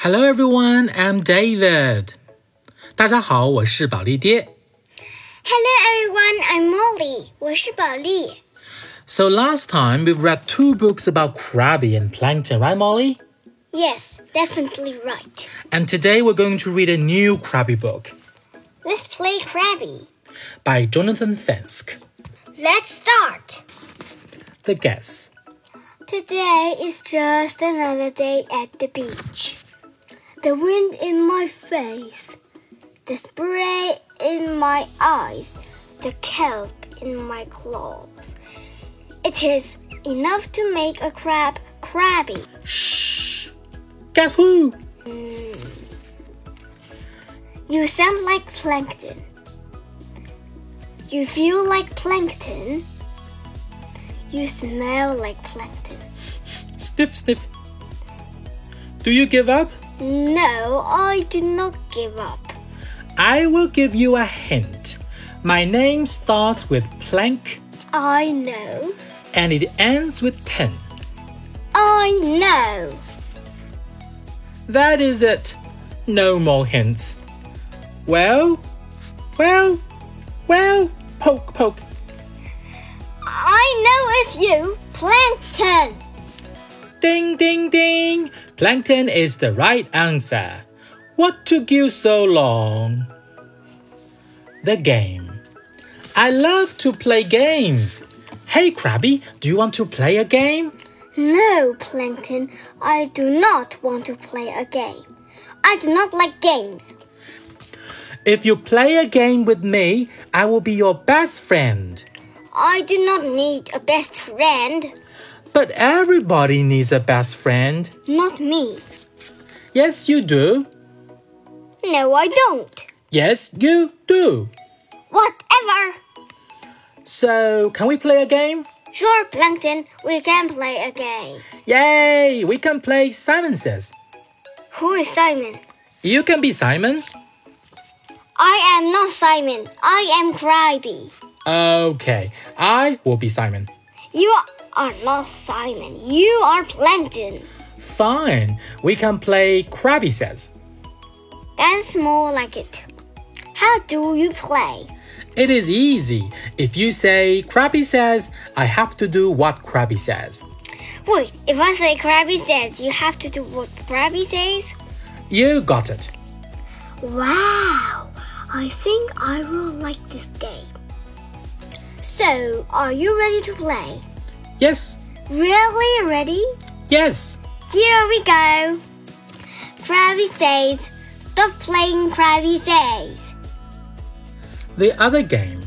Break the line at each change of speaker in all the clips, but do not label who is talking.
Hello everyone, I'm David。大家好，我是宝利爹。
Hello everyone, I'm Molly，我是宝莉。
So last time we've read two books about crabby and plankton, right, Molly?
Yes, definitely right.
And today we're going to read a new crabby book
Let's play Krabby.
by Jonathan Fenske.
Let's start.
The guess.
Today is just another day at the beach. The wind in my face, the spray in my eyes, the kelp in my claws. It is enough to make a crab crabby.
Shh. Guess who?
You sound like plankton. You feel like plankton. You smell like plankton.
Sniff, sniff. Do you give up?
No, I do not give up.
I will give you a hint. My name starts with plank
I know.
and it ends with ten.
I know.
That is it. No more hints. Well, well, well, poke, poke.
I know it's you, plankton.
Ding, ding, ding. Plankton is the right answer. What took you so long? The game. I love to play games. Hey, Krabby, do you want to play a game?
No, plankton. I do not want to play a game. I do not like games.
If you play a game with me, I will be your best friend.
I do not need a best friend.
But everybody needs a best friend.
Not me.
Yes, you do.
No, I don't.
Yes, you do.
Whatever.
So, can we play a game?
Sure, Plankton, we can play a game.
Yay! We can play Simon Says.
Who is Simon?
You can be Simon.
I am not Simon. I am Krabby.
Okay, I will be Simon.
You are not Simon. You are Plankton.
Fine, we can play Krabby Says.
That's more like it. How do you play?
It is easy. If you say Krabby Says, I have to do what Krabby says.
Wait, if I say Krabby says, you have to do what Krabby says?
You got it.
Wow, I think I will like this game. So, are you ready to play?
Yes,
Really ready?
yes.
Here we go. Krabby says, stop playing Krabby says.
The other game.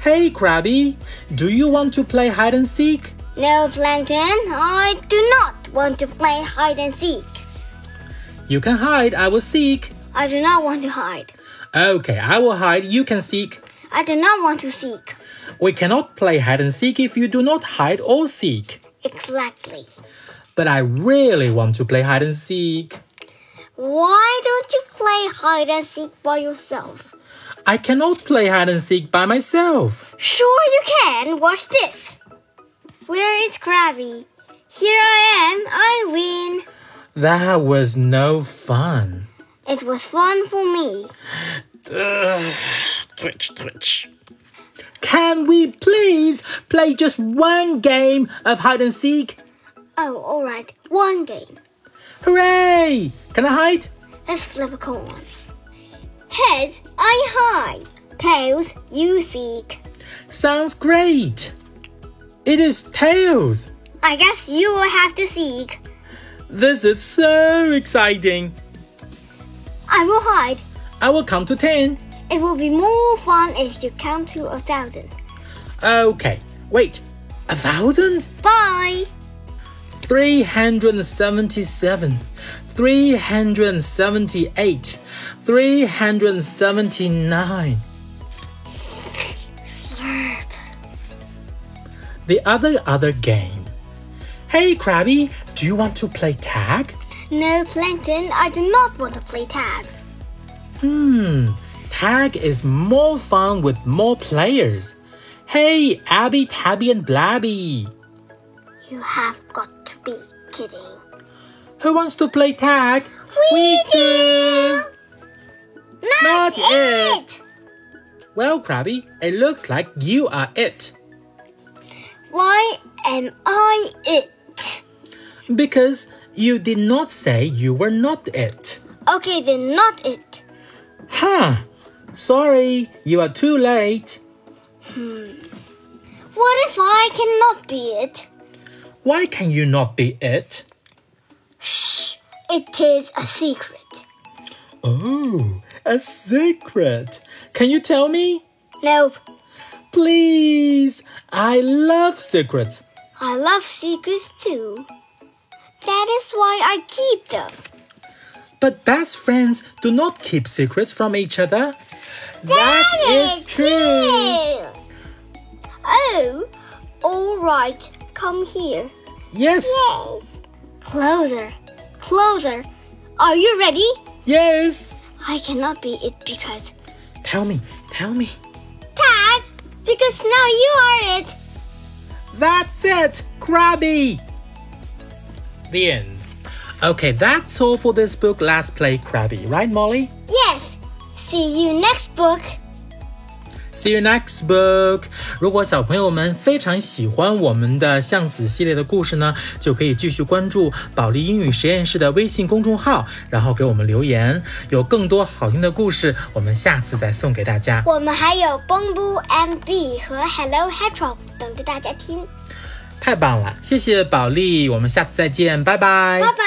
Hey Krabby, do you want to play hide and seek?
No, Plankton, I do not want to play hide and seek.
You can hide, I will seek.
I do not want to hide.
Okay, I will hide, you can seek.
I do not want to seek.
We cannot play hide and seek if you do not hide or seek.
Exactly.
But I really want to play hide and seek.
Why don't you play hide and seek by yourself?
I cannot play hide and seek by myself.
Sure, you can. Watch this. Where is Krabby? Here I am. I win.
That was no fun.
It was fun for me.
Ugh, twitch, twitch. Can we please play just one game of hide and seek?
Oh, all right. One game.
Hooray! Can I hide?
Let's flip a coin. Heads, I hide. Tails, you seek.
Sounds great. It is tails.
I guess you will have to seek.
This is so exciting.
I will hide.
I will count to 10.
It will be more fun if you count to a thousand.
Okay, wait. A thousand?
Bye.
377, 378, 379.
Slurp.
The other other game. Hey Krabby, do you want to play tag?
No, Plankton, I do not want to play tag.
Hmm, tag is more fun with more players. Hey Abby, Tabby, and Blabby.
You have got to be kidding.
Who wants to play tag?
We
do. Not
it.
Well, Krabby, it looks like you are it
Why am I it?
because you did not say you were not it.
Okay, then not it.
Huh? Sorry, you are too late.
What if I cannot be it?
Why can you not be it?
Shh, it is a secret.
Oh, a secret. Can you tell me?
Nope,
Please. I love secrets.
I love secrets too. That is why I keep them.
But best friends do not keep secrets from each other. that is true.
Oh, all right, come here.
Yes.
Yes. Closer, closer. Are you ready?
Yes.
I cannot be it because
Tell me. Tell me.
Tag, because now you are it.
That's it, Krabby. The end. Okay, that's all for this book. Let's play Krabby, right, Molly?
Yes. See you next book.
See you next book。如果小朋友们非常喜欢我们的橡子系列的故事呢，就可以继续关注保利英语实验室的微信公众号，然后给我们留言。有更多好听的故事，我们下次再送给大家。
我们还有 b o m b o and Bee 和 Hello Hedgehog 等着大家听。
太棒了，谢谢保利，我们下次再见，拜拜
拜拜。